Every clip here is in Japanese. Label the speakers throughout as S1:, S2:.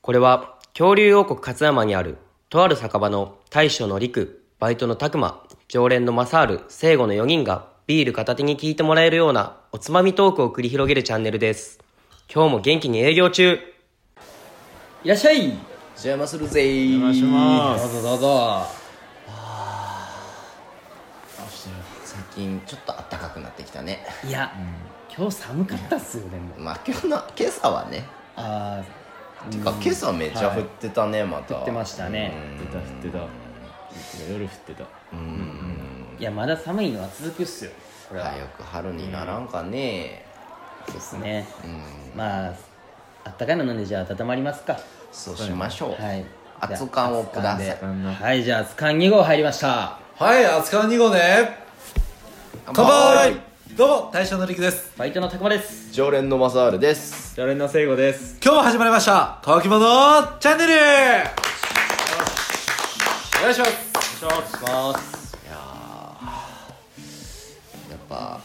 S1: これは恐竜王国勝山にあるとある酒場の大将の陸、バイトの拓磨、常連の正ル、聖護の4人がビール片手に聞いてもらえるようなおつまみトークを繰り広げるチャンネルです。今日も元気に営業中
S2: いらっしゃい邪魔するぜ邪
S3: 魔します
S2: どうぞどうぞあー最近ちょっと暖かくなってきたね
S3: いや、今日寒かったっすよねもう
S2: まあ今日の今朝はね
S3: あ
S2: てか今朝めっちゃ降ってたね、また
S3: 降ってましたね
S2: うん
S4: 降ってた降ってた夜降ってた
S3: あいやまだ寒いのは続くっすよこれは
S2: 早く春にならんかね
S3: そうっすね
S2: うん、
S3: まああったかいのなんでじゃあ温まりますか
S2: そうしましょう
S3: はい
S2: 熱燗をください
S3: 熱燗ではいじゃあ熱燗2号入りました
S5: はい、扱う2号ね。乾杯どうも、大将のりくです。
S3: バイトのたくまです
S2: 常連のマサールです
S4: 常連の聖護です
S5: 今日も始まりました、乾き物チャンネルお願いします。
S2: やっぱ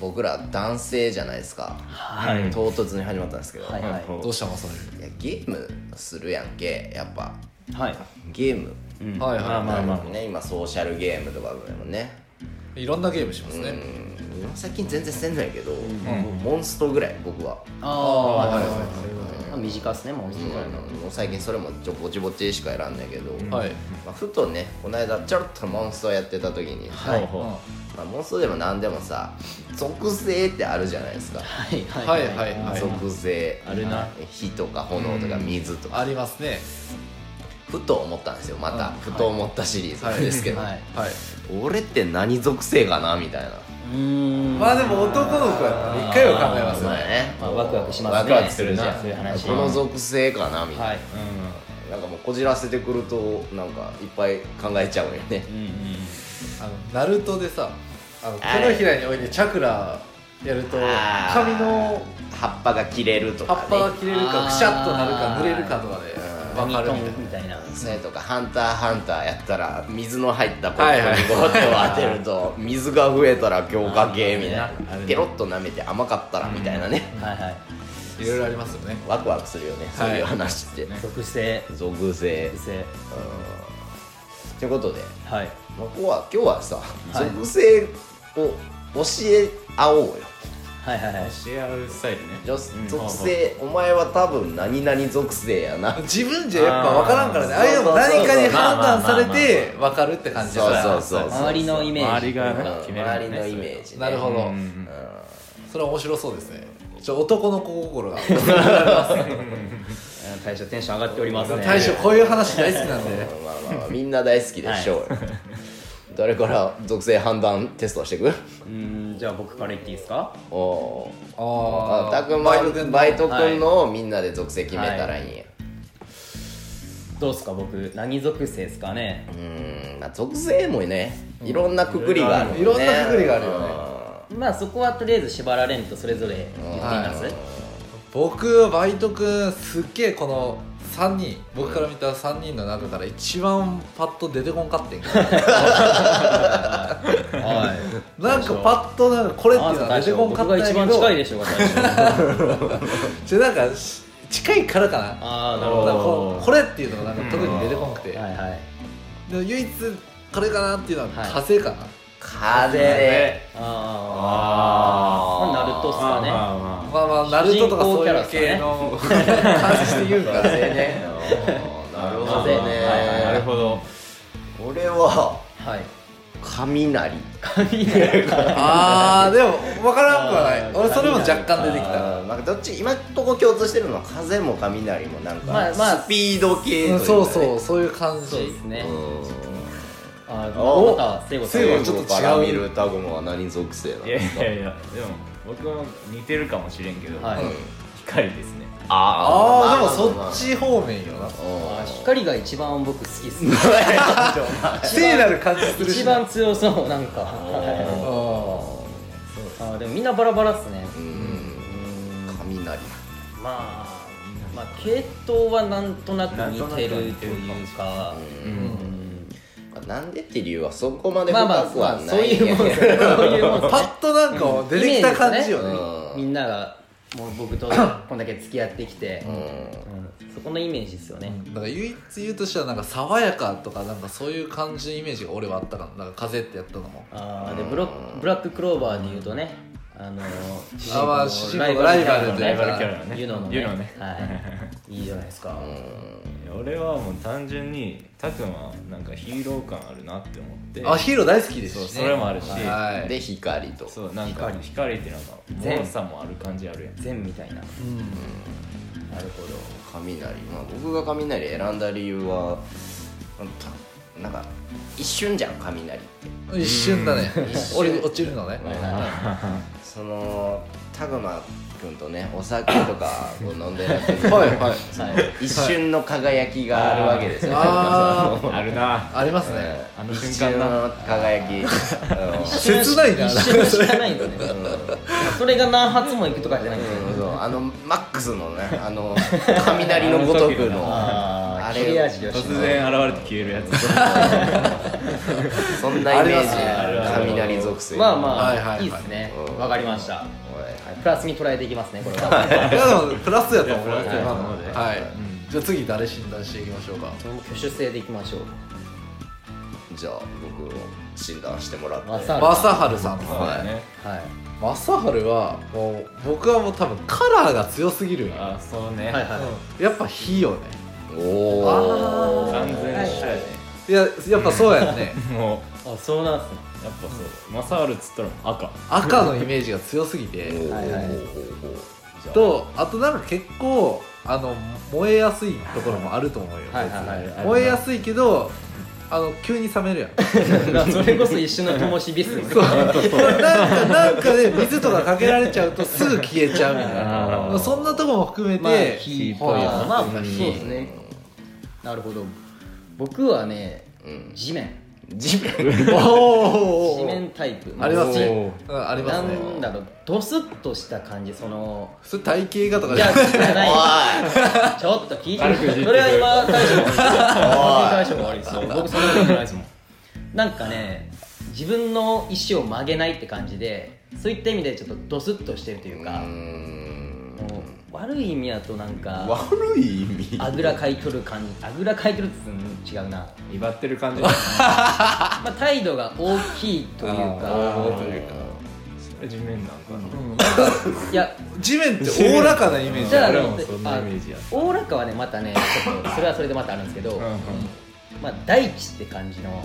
S2: 僕ら男性じゃないですかはい唐突に始まったんですけど、
S3: はい
S2: い
S3: はい
S5: どうしたまさる
S2: やゲームするやんけやっぱ
S3: はい
S2: ゲーム、
S5: はい
S4: まあまあまあ
S2: ね、今ソーシャルゲームとかでもね、
S5: い。いろんなゲームしますね。
S2: うん、最近全然せんないけど、モンストぐらい僕は、
S3: ああはいはい
S2: は
S3: まあ短いっすねもう
S2: うんもう最近それもちょぼちぼちしか選んだけど、
S5: はい。
S2: まあ、ふとねこの間ちょろっとモンストやってた時に、
S3: はい
S4: ほうほ
S2: まあ、モンストでも何でもさ属性ってあるじゃないですか、
S3: はいはい
S5: はいはいはい。
S2: 属性
S4: あるな
S2: 火とか炎とか水とか、
S5: ありますね。
S2: ふと思ったんですよまた、
S5: うん
S2: ふと思ったシリーズなんですけど、
S3: はい
S5: はい。
S2: 俺って何属性かなみたいな
S3: うーん
S5: まあでも男の子やったら一回は考えます
S2: まあ
S5: ね。
S2: ね
S3: まあワクワクしますね
S2: ワクワクするじゃん
S3: そういう話
S2: この属性かなみた
S3: はいい
S2: な、なんかもうこじらせてくるとなんかいっぱい考えちゃうよね
S4: ううんうん
S5: あの、ナルトでさ、あの、
S2: あれ
S5: 手のひらに置いてチャクラやると、
S2: あー
S5: 髪の
S2: 葉っぱが切れるとか、
S5: 葉
S2: ね、
S5: っぱが切れる
S3: あー
S5: か、くしゃっとなるか、濡れるかとかで、わかるみたいな
S3: み。たいな
S2: それとか「ハンターハンター」やったら水の入ったポ
S5: はい
S2: ッ
S5: はい
S2: トにこう手を当てる と水が増えたら強化系みたい
S4: あ
S2: な
S4: るねあるね
S2: ペロッと舐めて甘かったらみたいなね
S3: はいはい
S5: いろいろありますよね。
S2: ワクワクするよねそういう話って
S3: 属性
S2: 属性
S3: 属性
S2: うんということで
S3: はい
S2: まあここは今日はさ
S3: はい
S2: 属性を教え合おうよ
S3: はいはいはい
S4: シェアスタイルね
S2: 女属性お前は多分何々属性やな
S5: 自分じゃやっぱ分からんからねああいうのも何かに判断されて分かるって感じだ
S2: そう
S5: から
S2: そうそう
S3: 周りのイメージ
S4: 周りが
S2: うん
S4: 決めら
S2: 周
S4: れ
S2: り
S4: るね
S2: のイメージね
S5: なるほど
S4: うん
S5: それは面白そうですねちょ男の子 心が
S3: うん大将テンション上がっておりますね
S5: 大将こういう話大好きなんで
S2: まあまあまあみんな大好きでしょうよ、誰から属性判断テストしていく
S3: うーんじゃあ僕から言っていいですか
S2: おおー
S5: あ
S2: あたくまバイト君のをみんなで属性決めたらいいんや、
S3: どうっすか僕何属性ですかね
S2: うーんまあ属性もねいろんなくくりがあるもね
S5: いろんなくくりがあるよね
S3: まあそこはとりあえず縛られんとそれぞれ言ってみます
S2: はい
S5: 僕バイトくんすっげえこの3人僕から見た3人の中から一番パッと出てこんかって んから
S3: はい
S5: なんかパッとなんかこれってい
S3: あ
S5: う
S3: な
S5: の
S3: た
S5: は
S3: 大
S5: 出て
S3: 将
S5: こんか
S3: 僕
S5: っ
S3: が一
S5: たんやけ
S3: 番近い
S5: ど
S3: でしょうが大将
S5: ちょなんかし近いからかな
S3: あーなるほ
S5: だ
S3: ど
S5: からこうこれっていうのがなんか特に出てこなくて、
S3: はいはい
S5: でも唯一これかなっていうのは
S3: はい
S5: 火星かな、
S2: 風で
S3: あーまあナルトっす
S4: ま
S3: か
S4: あ
S3: ね
S4: まあま
S5: まあまあナルトとかそういう系の感じで言う から
S2: 風ねあーなるほど
S3: 風
S2: ね、
S3: はいは
S4: あなるほど
S2: 俺は
S3: はい
S2: 雷
S3: 雷
S5: あーでも分からんくはない
S3: あー
S5: 俺それも若干出てきた
S2: あーなんかどっち今んとこ共通してるのは風も雷もなんか、
S3: まあまあ
S2: スピード系というかね、
S5: うんそうそうそういう感じ
S3: そうですねあー
S2: お
S3: また聖子さん
S5: 聖
S2: セ
S5: 子
S2: イ
S5: ちょっと違う
S2: から見るタグモは何属性なの
S4: いやいやいやでも僕も似てるかもしれんけど
S3: はい
S4: 光ですね
S5: あ
S2: ま
S5: あでもそっち方面よな
S3: あー光が一番僕好きっすね
S5: 聖なる感じするし
S3: 一番強そうなんかはい
S5: あー
S3: あーでもみんなバラバラっすね
S2: うん雷
S3: まあまあ系統はなんとなく似てるというか
S2: まあなんでって理由はそこまで
S3: まあ
S2: 深
S3: まあ
S2: くは
S3: まあ
S2: な
S3: そう
S2: い
S3: いうもん
S2: んや
S3: そういうもん
S5: パッとなんか出てきた感じよね
S2: うん
S3: みんながもう僕とこんだけ付き合ってきて、そこのイメージですよね、
S5: だから唯一言うとしたらなんか爽やかとかなんかそういう感じのイメージが俺はあったからなんか風ってやったのも
S3: あーでブロブラッククローバーで言うとねあの主
S5: あまあ主人公のライバルと
S4: ラ
S5: い
S4: イ
S5: う
S4: バ
S5: か
S4: ルキャラだね
S3: ユノのね
S4: ユノね
S3: はい、いいじゃないですか、
S4: 俺はもう単純にたくまなんかヒーロー感あるなって思って
S5: あヒーロー大好きですし
S4: そう
S5: ね
S4: それもあるし、
S5: はい
S2: で光と
S4: そうなんか光ってなんか
S3: 全
S4: モンさもある感じあるやん
S3: 善みたいな
S2: なるほど雷まあ僕が雷選んだ理由はたなんか一瞬じゃん雷って
S5: 一瞬だね
S2: 一瞬
S5: 俺落ちるのね
S2: そのタグマ君とねお酒とかを飲んでる時に
S5: はいはい
S2: その一瞬の輝きがあるわけですよ
S5: あ
S4: あるな
S5: あありますね
S4: あの瞬間な
S2: 一瞬の輝きうん
S5: 切ないな
S3: 一瞬しかないんだねそれが何発も行くとかじゃないんだよね
S2: そうあのマックスのねあの雷のごとくの
S3: あ
S2: あ
S3: あ
S2: れ
S3: 切れ味よし
S4: 突然現れて消えるやつ
S2: そんなイメージ
S5: ありますね
S2: 雷属性
S3: まあまあ、
S5: はい
S3: い
S5: はいはい
S3: い、ですね
S2: うん
S3: わかりました、は
S2: おい
S3: い、プラスに捉えていきますねこれ は
S5: いやでもプラスやと思う
S4: いやプラスやと思うで
S5: 今のはいじゃあ次誰診断していきましょうか
S3: それも挙手制でいきましょう
S2: じゃあ僕を診断してもらって
S3: マサール
S5: 正春さんの
S4: そうだね
S3: はい
S5: 正春はもう僕はもう多分カラーが強すぎるんよ
S4: あそうね、
S3: はいはい
S5: うんやっぱ火よね
S2: お
S5: あ
S2: お
S5: ー
S4: 完全にしたよね、
S5: いややっぱそうやんね
S4: も
S3: あそうなんすね
S4: うやっぱそうマサールっつったら赤
S5: 赤のイメージが強すぎて
S3: はいはい
S5: とあとなんか結構あの燃えやすいところもあると思うよ、
S3: はいはいはい
S5: 燃えやすいけどあの急に冷めるやん
S3: だからそれこそ一瞬の灯火ですよね
S5: なんかなんかで水とかかけられちゃうとすぐ消えちゃうみたい
S4: あ
S5: な
S4: ー
S5: そんなとこも含めて、
S3: まあ火
S5: 火
S3: っ
S5: っ
S3: ぽ
S5: ぽ
S3: いよ
S5: いよ
S3: ね
S5: な
S3: まあまあそうですねなるほど僕はね
S2: うん
S3: 地面
S2: 地面
S5: お
S3: 地
S5: ー
S3: 面タイプ
S5: ありますね
S4: お
S5: うんありま
S3: な
S5: すね
S3: んだろうドスッとした感じその
S5: それ体型がとか
S3: い
S5: じゃ
S3: や
S5: な
S3: じ
S5: い
S3: ゃないちょっと聞いてみてそれは今大将が悪い大将が悪いですよ僕そんなことないですもんなんかね自分の意思を曲げないって感じでそういった意味でちょっとドスッとしてるというかもう悪い意味やとなんか
S2: 悪い意味
S3: あぐらかいとる感じあぐらかいとるっつうの違うな
S4: 威張ってる 感じだね
S3: まあ、態度が大きいというか
S4: それ地面なんかな、
S3: いや
S5: 地面っておおらかなイメージ
S3: じゃあ
S4: 俺もそんなイメージや
S3: あおおらかはねまたねちょっとそれはそれでまたあるんですけど、まあ大地って感じの、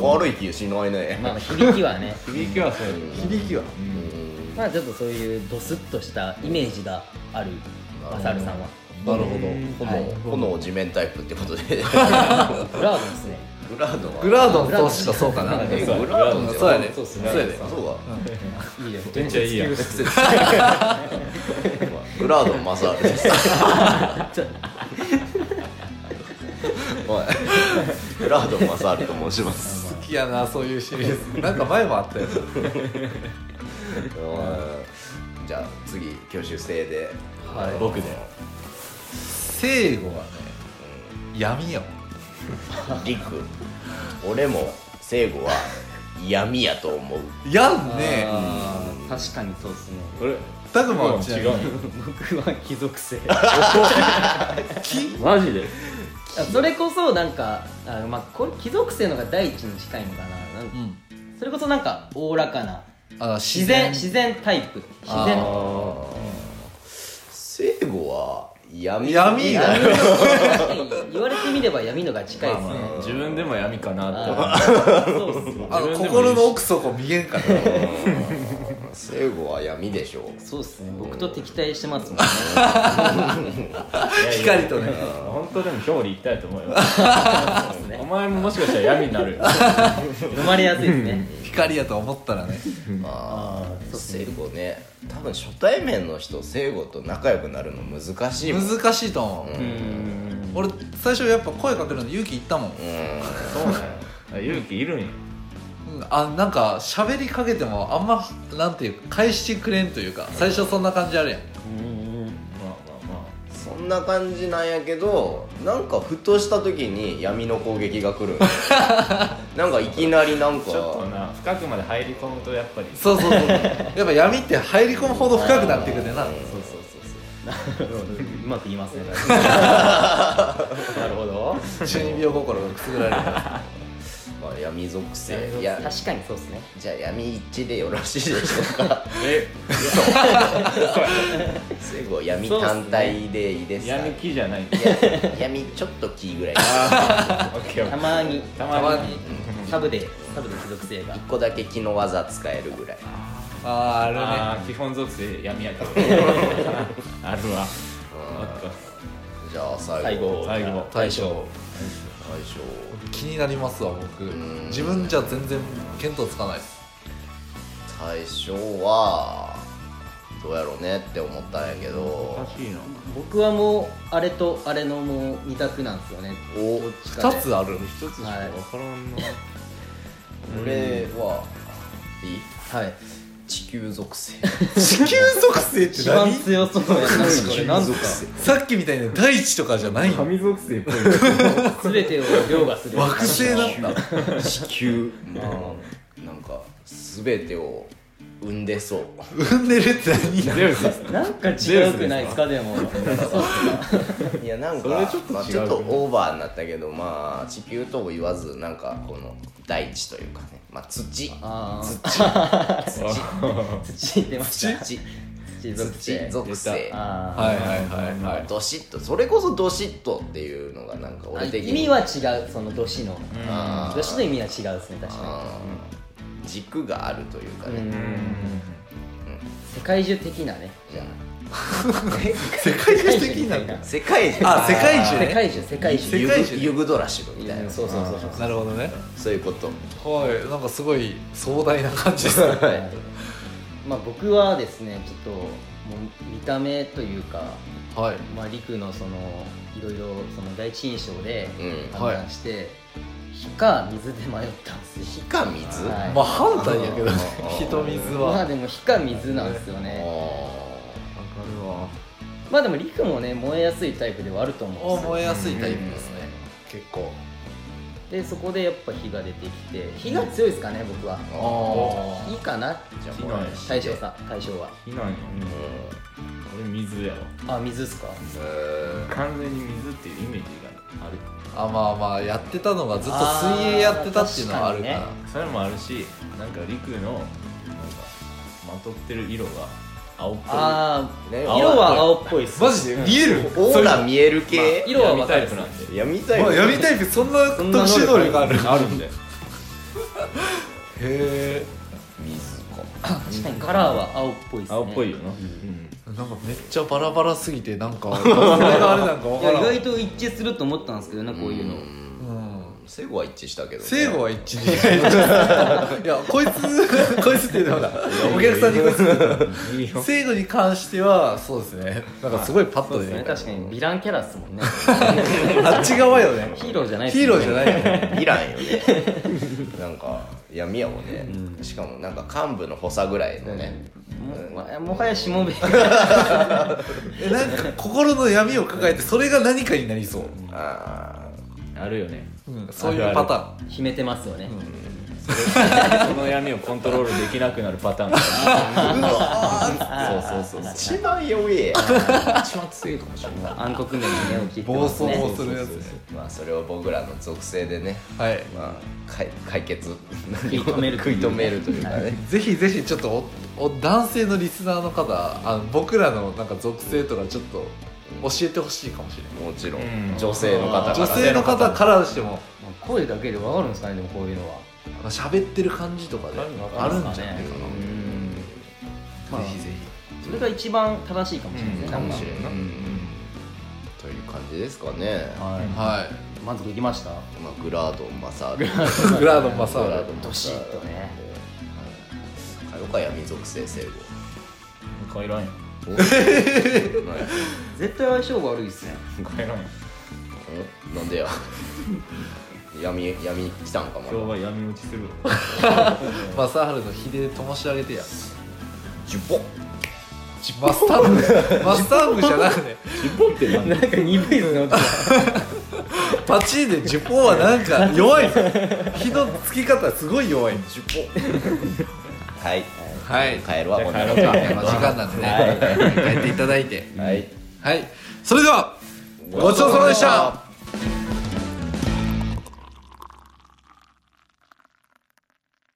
S2: 悪い気しないね
S3: まあ、響きはね
S4: 響きはそうやけど
S5: 響きは
S3: まあちょっとそういうドスッとしたイメージがあるマサルさんは
S2: なるほど
S3: はい
S2: 炎炎地面タイプってことでグ
S3: ブラードですね
S2: ラードは
S5: グラードンとしかそうかな
S2: え
S4: そう
S2: グラードン
S5: う
S2: っ
S5: ん
S2: て
S5: そうやね
S4: そうっすね
S5: そうやね
S2: あそう
S3: いいよ
S4: めっちゃいいやん
S2: だグラードンマサールですおいグラードンマサールと申します
S5: 好きやなそういうシリーズなんか前もあったよね
S2: うんじゃあ次挙手制で
S4: 僕で
S5: 聖護はね闇よ
S2: リク俺も聖護は闇やと思う
S5: やんね
S3: 確かにそうですね
S4: 俺
S5: タグマはちなみ
S4: 違
S5: に
S4: う
S3: 僕は貴族性
S4: マジで
S3: それこそなんかあの、まあ、これ貴族性のが大地に近いのかななんか
S5: うん
S3: それこそなんかおおらかな
S5: あの
S3: 自
S5: 自
S3: 然
S5: 然
S3: 自然タイプ自然
S2: 聖護は闇
S5: 闇だよ
S3: 確かに言われてみれば闇のが近いですね、
S4: 自分でも闇かなって思う
S3: あーそうっすね
S5: あの心の奥底見えんからね
S2: 聖護は闇でしょ
S3: そうっすね僕と敵対してますもんね
S4: いやいや
S5: 光とね
S4: 本当でも表裏一体やと思うよお前ももしかしたら闇になるよ
S3: 生まれやすいですね
S5: 光やと思ったらね
S2: まあ聖護ね多分初対面の人聖護と仲良くなるの難しいもん
S5: 難しいと思う俺最初やっぱ声かけるの勇気いったもん
S4: そうなんや勇気いるんや
S5: うんあなんか喋りかけてもあんまなんていうか返してくれんというか最初そんな感じあるやん
S4: まあまあま
S2: そそんな感じなんやけどなんかふとした時に闇の攻撃が来るんよなんかいきなりなんか
S4: ちょっとな深くまで入り込むとやっぱり
S5: そうそうそうやっぱ闇って入り込むほど深くなっていくでな
S4: そうそうそうそう
S3: うまく言い ますねなるほど
S5: 中二病心がくすぐられるから
S2: まあ闇属性いや
S3: 確かにそうですね
S2: じゃあ闇一でよろしいでしょうか
S4: え
S2: すごい闇単体でいいですか
S4: 闇気じゃない
S2: いや闇ちょっとキーぐらい
S4: オッケーオッケ
S3: た
S4: ー
S3: まに
S4: た
S5: たま
S4: ま
S5: に
S4: に
S3: サブでサブで貴族性が
S2: 一個だけ気の技使えるぐらい
S5: あーあ
S4: あー基本属性闇やからあるわあった
S2: じゃあ最
S3: 最
S2: 後
S3: 後
S4: 最後
S3: 対象
S2: 最初
S5: れね気になりますわ僕
S2: ん
S5: 自分じゃ全然見当つかないです
S2: 最初はどうやろうねって思ったんやけど
S4: しいな
S3: 僕はもうあれとあれのもう二択なんですよね
S2: お
S5: 2つある
S4: 一つしか分からんな
S2: 俺はいい
S3: はい
S2: 地球属性
S5: 地球属性って
S3: 一番
S5: 何
S3: 強そうやなこれなんすか
S5: さっきみたいに大地とかじゃないの
S4: 神属性っぽい
S3: 全てを凌駕する
S5: 惑星だった
S2: 地球まあなんか全てを生んでそう
S5: 産んでるって何
S4: ゼウスです
S3: なんか違うくないですかでも
S2: いやなんか
S4: それちょっと
S2: まあ、
S4: 違う
S2: ちょっとオーバーになったけどまあ地球とも言わずなんかこの大地というかねまあ土
S3: あ
S4: あ
S3: あ土出ました 土土属性
S2: 土属性
S3: あー
S5: はいはいはいはい
S2: どしっとそれこそどしっとっていうのがなんか俺的に
S3: 意味は違うその年の
S2: あー
S3: 年の意味は違うですね確か
S2: あー軸があるというか
S3: にう
S2: ね、
S3: ん世界中的なね
S2: じゃ
S5: 世界中的になる
S2: あ世界中
S5: あ世界中
S3: 世
S5: ね
S3: 界中世界中
S5: 世界中
S2: ユグドラシドみたいな
S3: そうそうそうそう
S5: なるほどね
S2: そういうこと
S5: はいなんかすごい壮大な感じですね
S2: はい
S3: まあ僕はですねちょっともう見た目というか
S5: はい
S3: まあ陸のそのいろいろその第一印象で
S2: うん
S3: 判断して火か水で迷ったんですよ
S2: 火か水、
S3: はい
S5: まあ反対やけどね
S2: あー
S5: 人水
S3: まあ
S5: は
S3: でも火か水なんですよ
S2: あ
S3: ね
S2: ー
S4: るわ
S3: まあでも陸もね燃えやすいタイプではあると思うん
S5: お
S3: ですよ
S5: 燃えやすいタイプですね結構
S3: でそこでやっぱ火が出てきて火が強いですかね僕は
S5: あ
S3: いいかな
S2: じゃあ
S4: 火
S2: もう
S4: の
S2: うん
S3: 対象さ対象は
S4: 火なんや俺水やわ
S3: あ水っすか
S2: え
S4: 完全に水っていうイメージがある
S5: あまあまあやってたのがずっと水泳やってたっていうのはあるから
S3: あー確
S4: それもあるしなんか陸のなんかまとってる色が青っぽい
S3: あ
S2: ーね
S3: あ色は青っぽいっす
S5: マジで見える
S2: オーラ見える系、
S3: 色は
S4: 闇
S3: 分か
S4: タ
S3: る
S4: イ
S3: っす
S4: プなんで
S2: いやみたい
S5: ま
S2: な
S5: あ闇タイプそんな特
S3: そんな能力
S5: 殊能力あるへ
S4: あるんだよ
S5: え
S2: 水か
S3: 確かにカラーは青っぽいっすね
S4: 青っぽいよな、
S5: なんかめっちゃバラバラすぎてなんかそれがあれなんか分
S3: い
S5: か
S3: や
S5: らん
S3: 意外と一致すると思ったんですけどねこういうの
S5: うん
S2: 聖子は一致したけど、ね、
S5: 聖子は一致でいやこいつこいつって言うのだお客さんにこいつって言うの
S4: いいよ
S5: 聖子に関してはそうですねなんかすごいパッとね
S3: 確かにヴィランキャラっすもんね
S5: あっち側よね
S3: ヒーローじゃないっす
S5: ヒーローじゃないよね
S2: ヴィランよね なんか闇やもんね、しかもなんか幹部の補佐ぐらいのね、
S3: ももはやしもべ
S5: えなんか心の闇を抱えてそれが何かになりそう、
S2: あ
S4: あるよね
S5: うんそういうパターン
S3: 秘めてますよね、
S4: その闇をコントロールできなくなるパターンそうそうそう
S2: あ
S4: そう
S2: 一番弱えや一番強いかもしれない
S3: 暗黒面に目を切って
S5: 暴
S3: ます
S5: 走
S3: ね
S5: をするやつね
S2: まあそれを僕らの属性でね
S5: はい
S2: まあ解解決
S3: 食い止める
S2: 食い止めるというかね、
S5: ぜひぜひちょっとおお男性のリスナーの方あの僕らのなんか属性とかちょっと教えてほしいかもしれない
S2: もちろん、
S4: うん
S2: 女性の方から
S5: 女性の方からしても
S3: まあ声だけでわかるんですかねでもこういうのは
S5: なんか喋ってる感じとかであるんじゃないか
S3: うんま
S5: な、
S3: あ
S5: ぜひぜ
S3: それが一番正しいかもしれないですね、
S4: う
S3: な
S4: ん
S2: か
S3: ん
S2: も
S3: か
S2: しれんない、という感じですかね、
S5: ひ
S3: は
S5: はい
S3: 満足できました
S2: まあ、グラードンマサール
S5: いグラードンマサ
S2: グラ
S5: ー
S2: ードンマサール
S3: どしっとね
S2: 火曜か闇属性聖母
S4: 帰らんよ
S2: おまあ
S3: 絶対相性が悪いっすね
S4: 帰らんよ
S2: んなんでや闇闇来たんかまだ
S4: 今日は闇落ちするわ
S5: ルマサールの火で灯し上げてや
S2: ジュポッ
S5: マスタングマスタングじゃなくて
S4: 尻尾って何
S3: なんか鈍いですね音が
S5: パチンでジュポはなんか弱い火のつき方すごい弱いジュポ
S2: はい
S5: はい
S2: 帰るわこんな
S5: ま
S2: の
S5: あ時間なんでね、帰っていただいて
S2: はい
S5: はいそれではごちそうさまでした